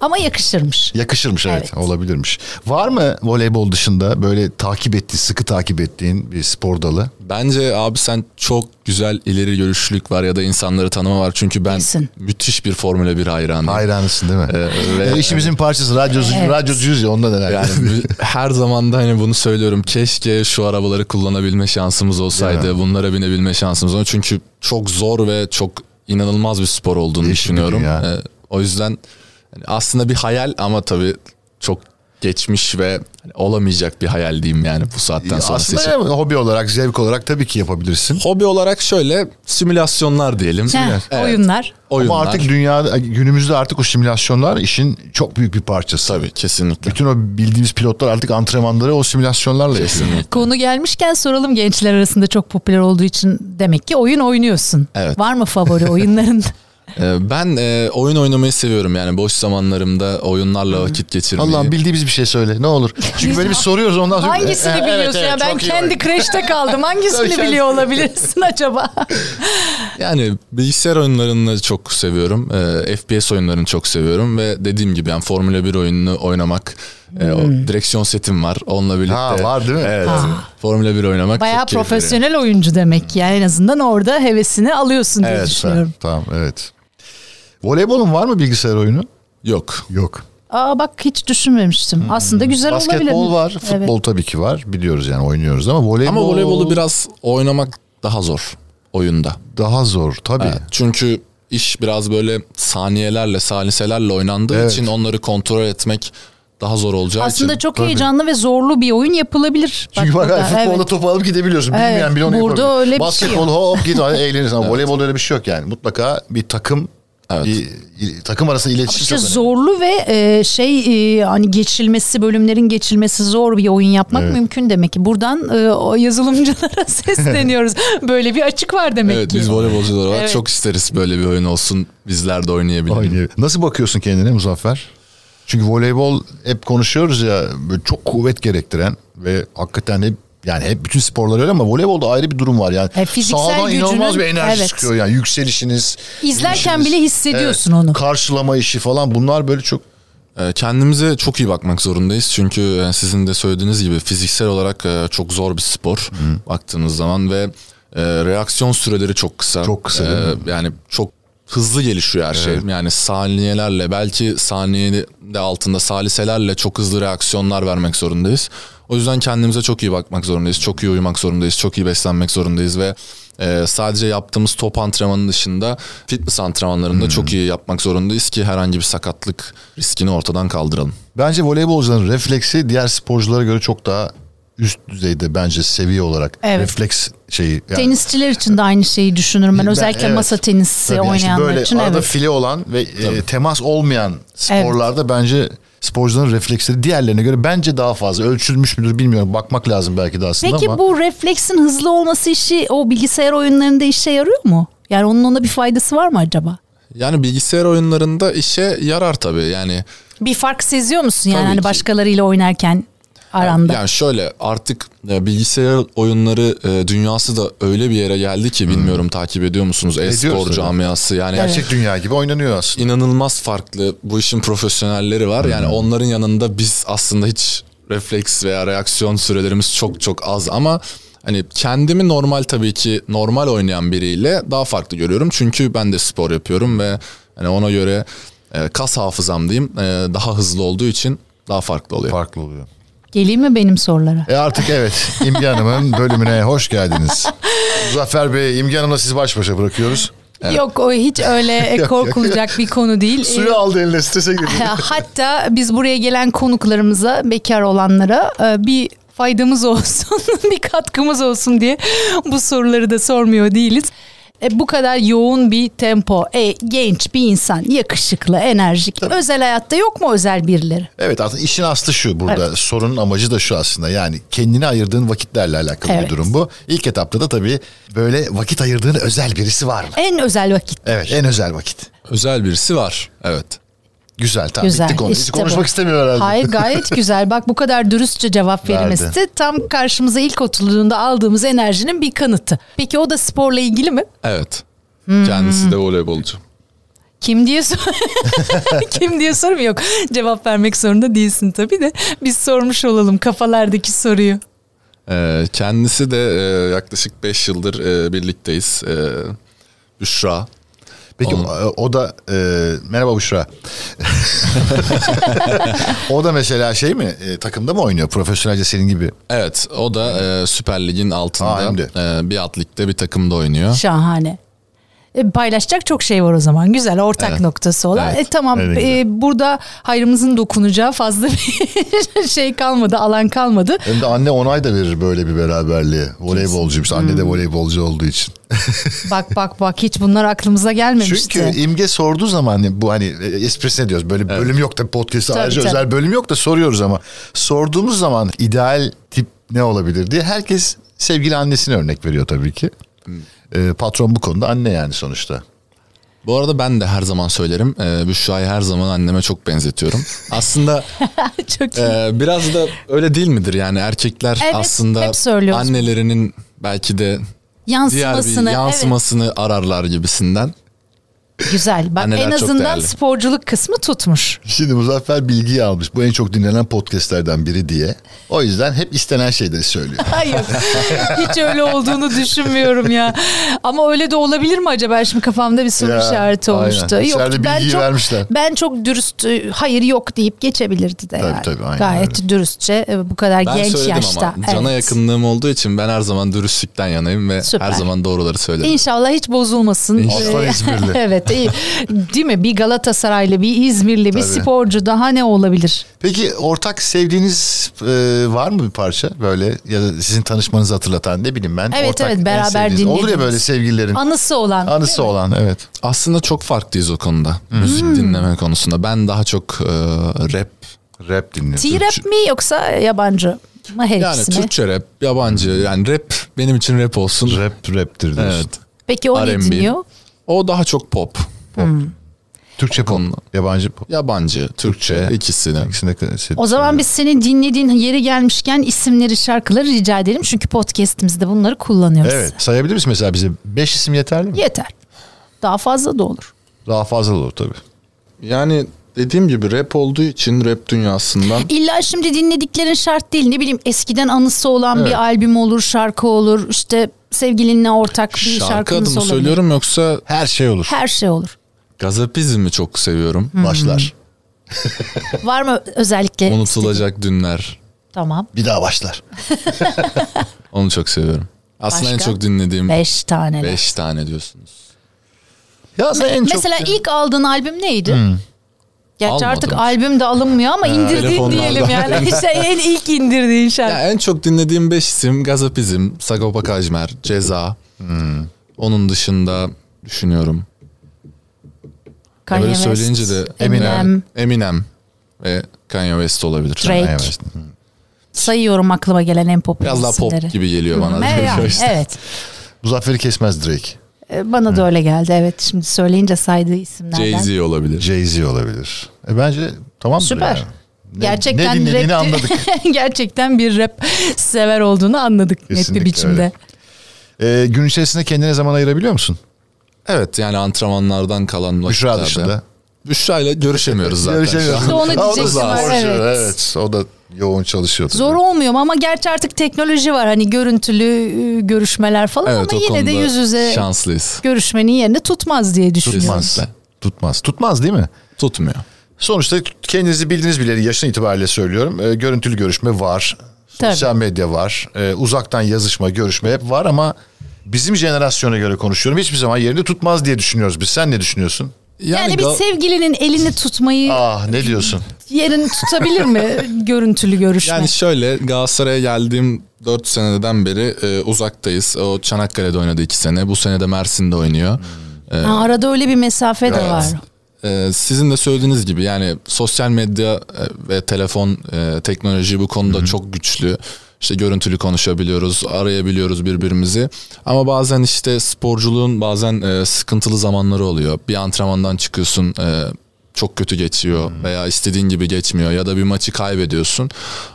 [SPEAKER 1] Ama yakışırmış.
[SPEAKER 2] Yakışırmış evet,
[SPEAKER 1] Evet.
[SPEAKER 2] olabilirmiş. Var mı voleybol dışında böyle takip ettiğin, sıkı takip ettiğin bir spor dalı?
[SPEAKER 3] Bence abi sen çok güzel ileri görüşlülük var ya da insanları tanıma var. Çünkü ben
[SPEAKER 1] Kesin.
[SPEAKER 3] müthiş bir Formula 1 hayranıyım.
[SPEAKER 2] Hayranısın değil mi?
[SPEAKER 3] Ee, ve-
[SPEAKER 2] Ya işimizin parçası radyocu,
[SPEAKER 1] Evet.
[SPEAKER 2] radyocuyuz ya ondan herhalde.
[SPEAKER 3] Yani bu- her zaman da hani bunu söylüyorum. Keşke şu arabaları kullanabilme şansımız
[SPEAKER 2] Değil
[SPEAKER 3] olsaydı. Bunlara binebilme şansımız olsaydı. Çünkü çok zor ve çok inanılmaz bir spor olduğunu
[SPEAKER 2] Değişik bir
[SPEAKER 3] düşünüyorum.
[SPEAKER 2] dünya.
[SPEAKER 3] Ee, o yüzden hani aslında bir hayal ama tabii çok geçmiş ve hani olamayacak bir hayal diyeyim yani bu saatten sonrası
[SPEAKER 2] Aslında
[SPEAKER 3] için.
[SPEAKER 2] hobi olarak, zevk olarak tabii ki yapabilirsin.
[SPEAKER 3] Hobi olarak şöyle simülasyonlar diyelim.
[SPEAKER 1] Ha,
[SPEAKER 3] Evet,
[SPEAKER 1] Oyunlar.
[SPEAKER 3] oyunlar.
[SPEAKER 2] Ama artık dünya günümüzde artık o simülasyonlar işin çok büyük bir parçası.
[SPEAKER 3] tabii kesinlikle.
[SPEAKER 2] Bütün o bildiğimiz pilotlar artık antrenmanları o simülasyonlarla yapıyor.
[SPEAKER 3] Kesinlikle.
[SPEAKER 1] Konu gelmişken soralım gençler arasında çok popüler olduğu için demek ki oyun oynuyorsun.
[SPEAKER 3] Evet.
[SPEAKER 1] Var mı favori oyunların?
[SPEAKER 3] Ee, Ben e, oyun oynamayı seviyorum yani boş zamanlarımda oyunlarla vakit geçirmeyi.
[SPEAKER 2] Allah'ım bildiğimiz bir şey söyle ne olur. Çünkü böyle bir soruyoruz ondan sonra.
[SPEAKER 1] Hangisini
[SPEAKER 2] E, evet,
[SPEAKER 1] biliyorsun
[SPEAKER 2] evet,
[SPEAKER 1] ya? Ben
[SPEAKER 2] çok iyi
[SPEAKER 1] kendi
[SPEAKER 2] oyun.
[SPEAKER 1] kreşte kaldım. Hangisini
[SPEAKER 2] Tabii,
[SPEAKER 1] biliyor olabilirsin acaba?
[SPEAKER 3] Yani bilgisayar oyunlarını çok seviyorum. Ee, FPS oyunlarını çok seviyorum ve dediğim gibi yani Formula 1 oyununu oynamak e, o
[SPEAKER 1] Hmm.
[SPEAKER 3] direksiyon setim var. Onunla birlikte
[SPEAKER 2] Ha, var değil mi?
[SPEAKER 3] Evet. Formula 1 oynamak
[SPEAKER 1] Bayağı
[SPEAKER 3] çok keyif veriyor.
[SPEAKER 1] profesyonel oyuncu demek ki. Yani en azından orada hevesini alıyorsun diye
[SPEAKER 3] Evet,
[SPEAKER 1] düşünüyorum.
[SPEAKER 2] Tamam evet. Voleybolun var mı bilgisayar oyunu?
[SPEAKER 3] Yok.
[SPEAKER 2] Yok.
[SPEAKER 1] Aa bak hiç düşünmemiştim. Aslında güzel olabilir.
[SPEAKER 2] Hmm. Basketbol var, futbol tabii ki var. Biliyoruz yani oynuyoruz ama voleybol
[SPEAKER 3] Ama voleybolu biraz oynamak daha zor oyunda.
[SPEAKER 2] daha zor tabii.
[SPEAKER 3] Evet, Çünkü iş biraz böyle saniyelerle, saliselerle oynandığı
[SPEAKER 2] Evet.
[SPEAKER 3] için onları kontrol etmek daha zor olacağı
[SPEAKER 1] Aslında
[SPEAKER 3] için.
[SPEAKER 1] çok heyecanlı ve zorlu bir oyun yapılabilir.
[SPEAKER 2] Çünkü bak,
[SPEAKER 1] burada,
[SPEAKER 2] futbolda
[SPEAKER 1] evet.
[SPEAKER 2] topu alıp gidebiliyorsun.
[SPEAKER 1] Evet,
[SPEAKER 2] Bilmeyen bile onu
[SPEAKER 1] burada
[SPEAKER 2] yapabiliyor.
[SPEAKER 1] öyle bir şey
[SPEAKER 2] Basketbol hop git hadi eğlenirsin ama voleybolda öyle bir şey yok yani. Mutlaka bir takım bir, il- takım arasında iletişim
[SPEAKER 1] İşte
[SPEAKER 2] çok önemli.
[SPEAKER 1] zorlu ve e, şey e, hani geçilmesi bölümlerin geçilmesi zor bir oyun yapmak mümkün demek ki. Buradan e, o yazılımcılara sesleniyoruz. Böyle bir açık var demek
[SPEAKER 3] Evet
[SPEAKER 1] ki.
[SPEAKER 3] biz voleybolcular olarak
[SPEAKER 1] Evet.
[SPEAKER 3] çok isteriz böyle bir oyun olsun. Bizler de oynayabilelim.
[SPEAKER 2] Aynı. Nasıl bakıyorsun kendine Muzaffer? Çünkü voleybol hep konuşuyoruz ya böyle çok kuvvet gerektiren ve hakikaten hep yani hep bütün sporlar öyle ama voleybolda ayrı bir durum var yani.
[SPEAKER 1] E, fiziksel
[SPEAKER 2] Sahadan inanılmaz bir
[SPEAKER 1] gücünün-
[SPEAKER 2] enerji
[SPEAKER 1] evet.
[SPEAKER 2] çıkıyor yani yükselişiniz.
[SPEAKER 1] İzlerken
[SPEAKER 2] inişiniz,
[SPEAKER 1] bile hissediyorsun onu.
[SPEAKER 2] Karşılama işi falan bunlar böyle çok
[SPEAKER 3] E, Kendimize çok iyi bakmak zorundayız çünkü e, sizin de söylediğiniz gibi fiziksel olarak e, çok zor bir spor baktığınız zaman ve e, reaksiyon süreleri çok kısa.
[SPEAKER 2] Çok kısa, değil
[SPEAKER 3] E, Yani çok hızlı gelişiyor her şey. Yani saniyelerle belki saniye de altında saliselerle çok hızlı reaksiyonlar vermek zorundayız. O yüzden kendimize çok iyi bakmak zorundayız. Çok iyi uyumak zorundayız. Çok iyi beslenmek zorundayız ve e, sadece yaptığımız top antrenmanının dışında fitness antrenmanlarında çok iyi yapmak zorundayız ki herhangi bir sakatlık riskini ortadan kaldıralım.
[SPEAKER 2] Bence voleybolcuların refleksi diğer sporculara göre çok daha üst düzeyde bence seviye olarak
[SPEAKER 1] Evet.
[SPEAKER 2] refleks şeyi. Yani-
[SPEAKER 1] Tenisçiler için de aynı şeyi düşünürüm ben. Özellikle
[SPEAKER 2] evet.
[SPEAKER 1] masa tenisi
[SPEAKER 2] Tabii yani işte
[SPEAKER 1] oynayanlar
[SPEAKER 2] böyle
[SPEAKER 1] için
[SPEAKER 2] arada
[SPEAKER 1] evet.
[SPEAKER 2] file olan ve e, temas olmayan sporlarda bence sporcuların refleksleri diğerlerine göre bence daha fazla ölçülmüş müdür bilmiyorum bakmak lazım belki de aslında
[SPEAKER 1] Peki
[SPEAKER 2] ama
[SPEAKER 1] bu refleksin hızlı olması işi o bilgisayar oyunlarında işe yarıyor mu? Yani onun ona bir faydası var mı acaba?
[SPEAKER 3] Yani bilgisayar oyunlarında işe yarar tabii. Yani
[SPEAKER 1] Bir fark seziyor musun yani
[SPEAKER 3] Tabii
[SPEAKER 1] hani
[SPEAKER 3] ki.
[SPEAKER 1] başkalarıyla oynarken aranda?
[SPEAKER 3] Yani şöyle artık e, bilgisayar oyunları e, dünyası da öyle bir yere geldi ki bilmiyorum takip ediyor musunuz e-spor
[SPEAKER 2] Ediyoruz tabii.
[SPEAKER 3] camiası yani
[SPEAKER 2] gerçek dünya gibi oynanıyor aslında.
[SPEAKER 3] inanılmaz farklı bu işin profesyonelleri var. Yani onların yanında biz aslında hiç refleks veya reaksiyon sürelerimiz çok çok az ama hani kendimi normal tabii ki normal oynayan biriyle daha farklı görüyorum. Çünkü ben de spor yapıyorum ve hani ona göre e, kas hafızam diyeyim e, daha hızlı olduğu için daha farklı oluyor.
[SPEAKER 2] Farklı oluyor.
[SPEAKER 1] Geleyim mi benim sorulara?
[SPEAKER 2] E artık evet İmge Hanım'ın bölümüne hoş geldiniz. Zafer Bey İmge Hanım'la sizi baş başa bırakıyoruz.
[SPEAKER 1] Yok o hiç öyle e, korkulacak bir konu değil.
[SPEAKER 2] Suyu aldı eline strese girdi.
[SPEAKER 1] Ee, Hatta biz buraya gelen konuklarımıza, bekar olanlara e, bir faydamız olsun, bir katkımız olsun diye bu soruları da sormuyor değiliz. E, Bu kadar yoğun bir tempo, e, genç bir insan, yakışıklı, enerjik. Özel hayatta yok mu özel birileri?
[SPEAKER 2] Evet aslında işin aslı şu burada sorunun amacı da şu aslında yani kendine ayırdığın vakitlerle alakalı
[SPEAKER 1] Evet.
[SPEAKER 2] bir durum bu. İlk etapta da tabii böyle vakit ayırdığın özel birisi var mı?
[SPEAKER 1] En özel vakit.
[SPEAKER 2] Evet en özel vakit.
[SPEAKER 3] Özel birisi var. Evet.
[SPEAKER 2] Güzel tamam
[SPEAKER 1] Güzel,
[SPEAKER 2] bitti konu. Hiç
[SPEAKER 1] işte
[SPEAKER 2] konuşmak
[SPEAKER 1] bu.
[SPEAKER 2] istemiyor herhalde.
[SPEAKER 1] Hayır gayet güzel. Bak bu kadar dürüstçe cevap
[SPEAKER 2] Verdi.
[SPEAKER 1] verilmesi de tam karşımıza ilk oturduğunda aldığımız enerjinin bir kanıtı. Peki o da sporla ilgili mi?
[SPEAKER 3] Evet. Kendisi de voleybolcu.
[SPEAKER 1] Kim diye sor Kim diye sorum yok. Cevap vermek zorunda değilsin tabii de biz sormuş olalım kafalardaki soruyu.
[SPEAKER 3] Ee, kendisi de e, yaklaşık 5 yıldır e, birlikteyiz. Ee, Büşra.
[SPEAKER 2] Peki
[SPEAKER 3] Onun-
[SPEAKER 2] o, o da e, merhaba Büşra. o da mesela şey mi e, takımda mı oynuyor profesyonelce senin gibi?
[SPEAKER 3] Evet o da e, Süper Lig'in
[SPEAKER 2] Aa,
[SPEAKER 3] altında
[SPEAKER 2] hem de.
[SPEAKER 3] e, bir alt ligde bir takımda oynuyor.
[SPEAKER 1] Şahane. E, paylaşacak çok şey var o zaman. Güzel ortak noktası olan.
[SPEAKER 3] Evet.
[SPEAKER 1] E tamam
[SPEAKER 2] Evet, güzel.
[SPEAKER 1] e, burada hayrımızın dokunacağı fazla bir şey kalmadı, alan kalmadı.
[SPEAKER 2] Hem de anne onay da verir böyle bir beraberliğe. Voleybolcuymuş. Anne
[SPEAKER 1] Hmm.
[SPEAKER 2] de voleybolcu olduğu için.
[SPEAKER 1] Bak bak bak hiç bunlar aklımıza gelmemişti.
[SPEAKER 2] Çünkü imge sorduğu zaman bu hani e, esprisine diyoruz böyle bir bölüm yok da podcast'ta
[SPEAKER 1] Tabii,
[SPEAKER 2] ayrıca
[SPEAKER 1] tabii.
[SPEAKER 2] özel bölüm yok da soruyoruz ama sorduğumuz zaman ideal tip ne olabilir diye herkes sevgili annesine örnek veriyor tabii ki. E, patron bu konuda anne yani sonuçta.
[SPEAKER 3] Bu arada ben de her zaman söylerim. E, Büşra'yı her zaman anneme çok benzetiyorum. aslında
[SPEAKER 1] çok iyi.
[SPEAKER 3] e, biraz da öyle değil midir yani erkekler
[SPEAKER 1] Evet,
[SPEAKER 3] aslında
[SPEAKER 1] hep söylüyoruz.
[SPEAKER 3] annelerinin belki de diğer
[SPEAKER 1] yansımasını.
[SPEAKER 3] bir
[SPEAKER 1] evet.
[SPEAKER 3] yansımasını ararlar gibisinden.
[SPEAKER 1] Güzel. Bak
[SPEAKER 3] Anneler
[SPEAKER 1] en
[SPEAKER 3] çok
[SPEAKER 1] azından
[SPEAKER 3] değerli.
[SPEAKER 1] sporculuk kısmı tutmuş.
[SPEAKER 2] Şimdi Muzaffer bilgiyi almış. Bu en çok dinlenen podcastlerden biri diye. O yüzden hep istenen şeyleri söylüyor.
[SPEAKER 1] Hayır. Hiç öyle olduğunu düşünmüyorum ya. Ama öyle de olabilir mi acaba? Şimdi kafamda bir soru
[SPEAKER 2] Ya,
[SPEAKER 1] işareti
[SPEAKER 2] aynen.
[SPEAKER 1] oluştu. Yok
[SPEAKER 2] İçeride
[SPEAKER 1] ben
[SPEAKER 2] bilgiyi
[SPEAKER 1] çok
[SPEAKER 2] vermişler.
[SPEAKER 1] ben çok dürüst e, hayır yok deyip geçebilirdi de
[SPEAKER 2] Tabii,
[SPEAKER 1] yani.
[SPEAKER 2] tabii, aynen
[SPEAKER 1] Gayet dürüstçe e, bu kadar
[SPEAKER 3] Ben
[SPEAKER 1] genç
[SPEAKER 3] söyledim
[SPEAKER 1] yaşta.
[SPEAKER 3] ama cana
[SPEAKER 1] Evet.
[SPEAKER 3] yakınlığım olduğu için ben her zaman dürüstlükten yanayım ve
[SPEAKER 1] Süper.
[SPEAKER 3] her zaman doğruları söylerim.
[SPEAKER 1] İnşallah hiç bozulmasın. E,
[SPEAKER 3] İnşallah.
[SPEAKER 2] Aslan İzmirli.
[SPEAKER 1] evet. iyi. Değil mi? Bir Galatasaraylı, bir İzmirli, bir
[SPEAKER 2] Tabii.
[SPEAKER 1] sporcu daha ne olabilir?
[SPEAKER 2] Peki ortak sevdiğiniz e, var mı bir parça böyle ya da sizin tanışmanızı hatırlatan ne bileyim ben.
[SPEAKER 1] Evet,
[SPEAKER 2] ortak
[SPEAKER 1] evet,
[SPEAKER 2] en
[SPEAKER 1] beraber
[SPEAKER 2] sevdiğiniz- Olur ya
[SPEAKER 1] dinlediğiniz.
[SPEAKER 2] böyle sevgililerin
[SPEAKER 1] Anısı olan.
[SPEAKER 2] anısı olan evet.
[SPEAKER 3] Aslında çok farklıyız o konuda. Müzik dinleme konusunda. Ben daha çok e, rap.
[SPEAKER 2] Rap dinliyorum.
[SPEAKER 1] T-rap mi yoksa yabancı mı hepsi
[SPEAKER 3] Yani
[SPEAKER 1] mi?
[SPEAKER 3] Türkçe rap, yabancı. Yani rap benim için rap olsun.
[SPEAKER 2] Rap raptir diyorsun.
[SPEAKER 3] Evet.
[SPEAKER 1] Peki o ne
[SPEAKER 3] R&B.
[SPEAKER 1] dinliyor?
[SPEAKER 3] O daha çok pop.
[SPEAKER 2] Türkçe pop,
[SPEAKER 3] Onunla.
[SPEAKER 2] yabancı pop.
[SPEAKER 3] Yabancı, Türkçe
[SPEAKER 2] Türkçe.
[SPEAKER 3] ikisini.
[SPEAKER 2] İkisini de sev-
[SPEAKER 1] O zaman biz senin dinlediğin yeri gelmişken isimleri, şarkıları rica edelim. Çünkü podcast'imizde bunları kullanıyoruz.
[SPEAKER 2] Evet sayabilir misin mesela bize 5 isim yeterli mi?
[SPEAKER 1] Yeter. Daha fazla da olur.
[SPEAKER 2] Daha fazla olur tabii.
[SPEAKER 3] Yani dediğim gibi rap olduğu için rap dünyasından
[SPEAKER 1] İlla şimdi dinlediklerin şart değil. Ne bileyim eskiden anısı olan
[SPEAKER 3] Evet.
[SPEAKER 1] bir albüm olur, şarkı olur. İşte sevgilinle ortak bir şarkı
[SPEAKER 3] şarkı
[SPEAKER 1] şarkınız
[SPEAKER 3] adımı
[SPEAKER 1] olur.
[SPEAKER 3] söylüyorum yoksa
[SPEAKER 2] Her şey olur.
[SPEAKER 1] Her şey olur.
[SPEAKER 3] gazapizmi çok seviyorum.
[SPEAKER 1] Hmm.
[SPEAKER 2] Başlar.
[SPEAKER 1] Var mı özellikle?
[SPEAKER 3] Unutulacak dünler.
[SPEAKER 1] Tamam.
[SPEAKER 2] Bir daha başlar.
[SPEAKER 3] Onu çok seviyorum. Aslında en
[SPEAKER 1] Başka?
[SPEAKER 3] çok dinlediğim
[SPEAKER 1] Beş tane.
[SPEAKER 3] 5 tane diyorsunuz.
[SPEAKER 2] Ya sen en çok...
[SPEAKER 1] Mesela ilk aldığın albüm neydi? Gerçi
[SPEAKER 3] Hmm. Almadım.
[SPEAKER 1] artık albüm de alınmıyor ama indirdiğin
[SPEAKER 3] telefonlardan.
[SPEAKER 1] diyelim yani. işte en ilk indirdiğin şarkı.
[SPEAKER 3] Ya en çok dinlediğim 5 isim Gazapizm, Sagopa Kajmer, Ceza. Hmm. Onun dışında düşünüyorum.
[SPEAKER 1] Kanye
[SPEAKER 3] Böyle
[SPEAKER 1] West,
[SPEAKER 3] söyleyince de
[SPEAKER 1] Eminem,
[SPEAKER 3] Eminem ve Kanye West olabilir.
[SPEAKER 1] Drake.
[SPEAKER 2] Evet.
[SPEAKER 1] sayıyorum aklıma gelen en popüler
[SPEAKER 3] Biraz daha pop
[SPEAKER 1] isimleri.
[SPEAKER 3] gibi geliyor
[SPEAKER 1] Hı,
[SPEAKER 3] bana.
[SPEAKER 1] yani, evet.
[SPEAKER 2] Muzaffer'i kesmez Drake.
[SPEAKER 1] Ee, Bana da öyle geldi. Evet. Şimdi söyleyince saydığı isimlerden.
[SPEAKER 3] Jay-Z olabilir.
[SPEAKER 2] Jay-Z olabilir. E bence tamamdır
[SPEAKER 1] Süper.
[SPEAKER 2] yani. Ne-
[SPEAKER 1] Gerçekten
[SPEAKER 2] ne dinlediğini
[SPEAKER 1] rapçi-
[SPEAKER 2] anladık.
[SPEAKER 1] Gerçekten bir rap sever olduğunu anladık net
[SPEAKER 2] Kesinlikle
[SPEAKER 1] bir biçimde.
[SPEAKER 2] öyle. E, gün içerisinde kendine zaman ayırabiliyor musun?
[SPEAKER 3] Evet yani antrenmanlardan kalan
[SPEAKER 2] Büşra
[SPEAKER 3] vakitlerde.
[SPEAKER 2] dışında.
[SPEAKER 3] Büşra ile görüşemiyoruz zaten.
[SPEAKER 2] Görüşemiyoruz.
[SPEAKER 1] İşte onu
[SPEAKER 2] Ha, şey o da
[SPEAKER 1] diyecektim
[SPEAKER 2] zor.
[SPEAKER 1] ben,
[SPEAKER 2] Evet.
[SPEAKER 1] evet.
[SPEAKER 2] O da yoğun çalışıyor.
[SPEAKER 1] Zor olmuyor mu ama gerçi artık teknoloji var hani görüntülü e, görüşmeler falan
[SPEAKER 3] Evet
[SPEAKER 1] ama
[SPEAKER 3] o
[SPEAKER 1] yine de
[SPEAKER 3] konuda
[SPEAKER 1] yüz yüze
[SPEAKER 3] şanslıyız.
[SPEAKER 1] görüşmenin yerini tutmaz diye düşünüyorum.
[SPEAKER 2] Tutmaz.
[SPEAKER 3] Kesinlikle.
[SPEAKER 2] Tutmaz. Tutmaz değil mi?
[SPEAKER 3] Tutmuyor.
[SPEAKER 2] Sonuçta kendinizi bildiğiniz bileli yaşın itibariyle söylüyorum. E, görüntülü görüşme var.
[SPEAKER 1] Tabii.
[SPEAKER 2] Sosyal medya var. E, uzaktan yazışma, görüşme hep var ama bizim jenerasyona göre konuşuyorum. Hiçbir zaman yerini tutmaz diye düşünüyoruz biz. Sen ne düşünüyorsun?
[SPEAKER 1] Yani, bir
[SPEAKER 3] Gal-
[SPEAKER 1] sevgilinin elini tutmayı
[SPEAKER 2] Ah ne diyorsun?
[SPEAKER 1] yerini tutabilir mi görüntülü görüşme?
[SPEAKER 3] Yani şöyle Galatasaray'a geldiğim 4 seneden beri e, uzaktayız. O Çanakkale'de oynadı 2 sene. Bu sene de Mersin'de oynuyor.
[SPEAKER 1] Ha, arada öyle bir mesafe de var.
[SPEAKER 3] E, sizin de söylediğiniz gibi yani sosyal medya e, ve telefon e, teknoloji bu konuda çok güçlü. İşte görüntülü konuşabiliyoruz, arayabiliyoruz birbirimizi. Ama bazen işte sporculuğun bazen e, sıkıntılı zamanları oluyor. Bir antrenmandan çıkıyorsun, e, çok kötü geçiyor veya istediğin gibi geçmiyor ya da bir maçı kaybediyorsun.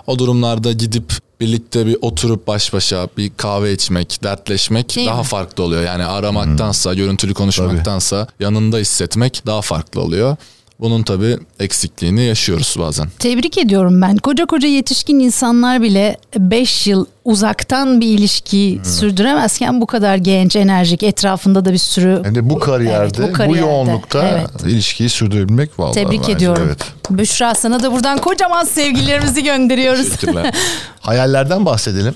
[SPEAKER 3] O durumlarda gidip birlikte bir oturup baş başa bir kahve içmek, dertleşmek
[SPEAKER 1] Değil
[SPEAKER 3] daha
[SPEAKER 1] mi?
[SPEAKER 3] farklı oluyor. Yani aramaktansa, görüntülü konuşmaktansa yanında hissetmek daha farklı oluyor. Bunun tabii eksikliğini yaşıyoruz bazen.
[SPEAKER 1] Tebrik ediyorum ben. Koca koca yetişkin insanlar bile 5 yıl uzaktan bir ilişkiyi
[SPEAKER 2] Hmm.
[SPEAKER 1] sürdüremezken bu kadar genç, enerjik, etrafında da bir sürü
[SPEAKER 2] Hem de bu kariyerde,
[SPEAKER 1] Evet,
[SPEAKER 2] bu,
[SPEAKER 1] bu kariyerde.
[SPEAKER 2] yoğunlukta
[SPEAKER 1] Evet.
[SPEAKER 2] ilişkiyi sürdürebilmek vallahi.
[SPEAKER 1] tebrik
[SPEAKER 2] bence,
[SPEAKER 1] ediyorum.
[SPEAKER 2] Evet.
[SPEAKER 1] Büşra sana da buradan kocaman sevgilerimizi gönderiyoruz.
[SPEAKER 3] Teşekkürler.
[SPEAKER 2] Hayallerden bahsedelim.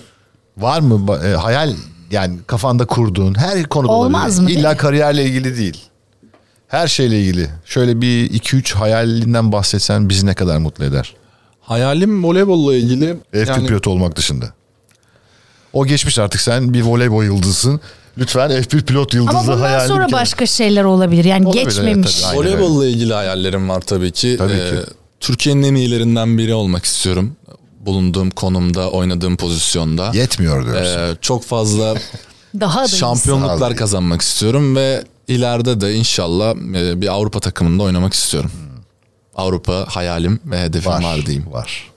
[SPEAKER 2] Var mı ba- e, hayal yani kafanda kurduğun her konuda
[SPEAKER 1] Olmaz
[SPEAKER 2] olabilir.
[SPEAKER 1] mı, değil
[SPEAKER 2] İlla
[SPEAKER 1] mi?
[SPEAKER 2] kariyerle ilgili değil. Her şeyle ilgili. Şöyle bir iki üç hayalinden bahsetsen bizi ne kadar mutlu eder?
[SPEAKER 3] Hayalim voleybolla ilgili
[SPEAKER 2] Ev pilotu olmak dışında. O geçmiş artık sen bir voleybol yıldızısın. Lütfen F1 pilot yıldızı
[SPEAKER 1] Ama bundan
[SPEAKER 2] hayalini
[SPEAKER 1] sonra
[SPEAKER 2] bir kere-
[SPEAKER 1] başka şeyler olabilir. Yani
[SPEAKER 2] Olabilir, evet,
[SPEAKER 1] geçmemiş.
[SPEAKER 2] tabii, aynen.
[SPEAKER 3] Voleybolla ilgili hayallerim var tabii ki. Ee,
[SPEAKER 2] Tabii ki.
[SPEAKER 3] Türkiye'nin en iyilerinden biri olmak istiyorum. Bulunduğum konumda, oynadığım pozisyonda.
[SPEAKER 2] Yetmiyor diyorsun.
[SPEAKER 3] Ee, çok fazla
[SPEAKER 1] Daha da iyisi.
[SPEAKER 2] Sağ ol.
[SPEAKER 3] şampiyonluklar kazanmak istiyorum ve ileride de inşallah e, bir Avrupa takımında oynamak istiyorum. Avrupa hayalim ve hedefim Hmm. var, diyeyim.
[SPEAKER 2] Var.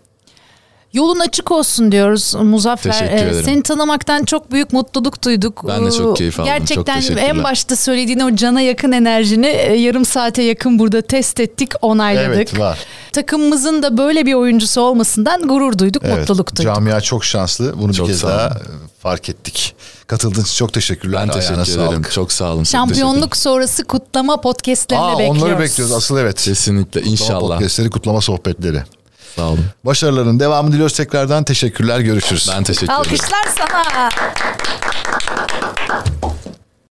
[SPEAKER 1] Yolun açık olsun diyoruz Muzaffer.
[SPEAKER 3] Teşekkür
[SPEAKER 1] Ee,
[SPEAKER 3] ederim.
[SPEAKER 1] Seni tanımaktan çok büyük mutluluk duyduk.
[SPEAKER 3] Ben de çok keyif
[SPEAKER 1] Ee,
[SPEAKER 3] aldım. Çok
[SPEAKER 1] Gerçekten
[SPEAKER 3] teşekkürler.
[SPEAKER 1] en başta söylediğin o cana yakın enerjini e, yarım saate yakın burada test ettik, onayladık.
[SPEAKER 2] Evet var.
[SPEAKER 1] Takımımızın da böyle bir oyuncusu olmasından gurur duyduk,
[SPEAKER 2] Evet,
[SPEAKER 1] mutluluk duyduk.
[SPEAKER 2] Camia çok şanslı. Bunu
[SPEAKER 3] Çok
[SPEAKER 2] bir kez
[SPEAKER 3] sağ olun.
[SPEAKER 2] daha e, fark ettik. Katıldığın için çok teşekkürler.
[SPEAKER 3] Ben
[SPEAKER 2] Ayağına
[SPEAKER 3] teşekkür
[SPEAKER 2] sağlık.
[SPEAKER 3] ederim. Çok sağ olun. Çok teşekkür ederim.
[SPEAKER 1] Şampiyonluk sonrası kutlama podcastlerine
[SPEAKER 2] Aa,
[SPEAKER 1] bekliyoruz.
[SPEAKER 2] onları bekliyoruz asıl evet.
[SPEAKER 3] Kesinlikle
[SPEAKER 2] Kutlama
[SPEAKER 3] inşallah.
[SPEAKER 2] podcastleri, kutlama sohbetleri.
[SPEAKER 3] Sağ olun.
[SPEAKER 2] Başarıların devamını diliyoruz tekrardan. Teşekkürler. Görüşürüz.
[SPEAKER 3] Ben teşekkür ederim.
[SPEAKER 1] Alkışlar sana.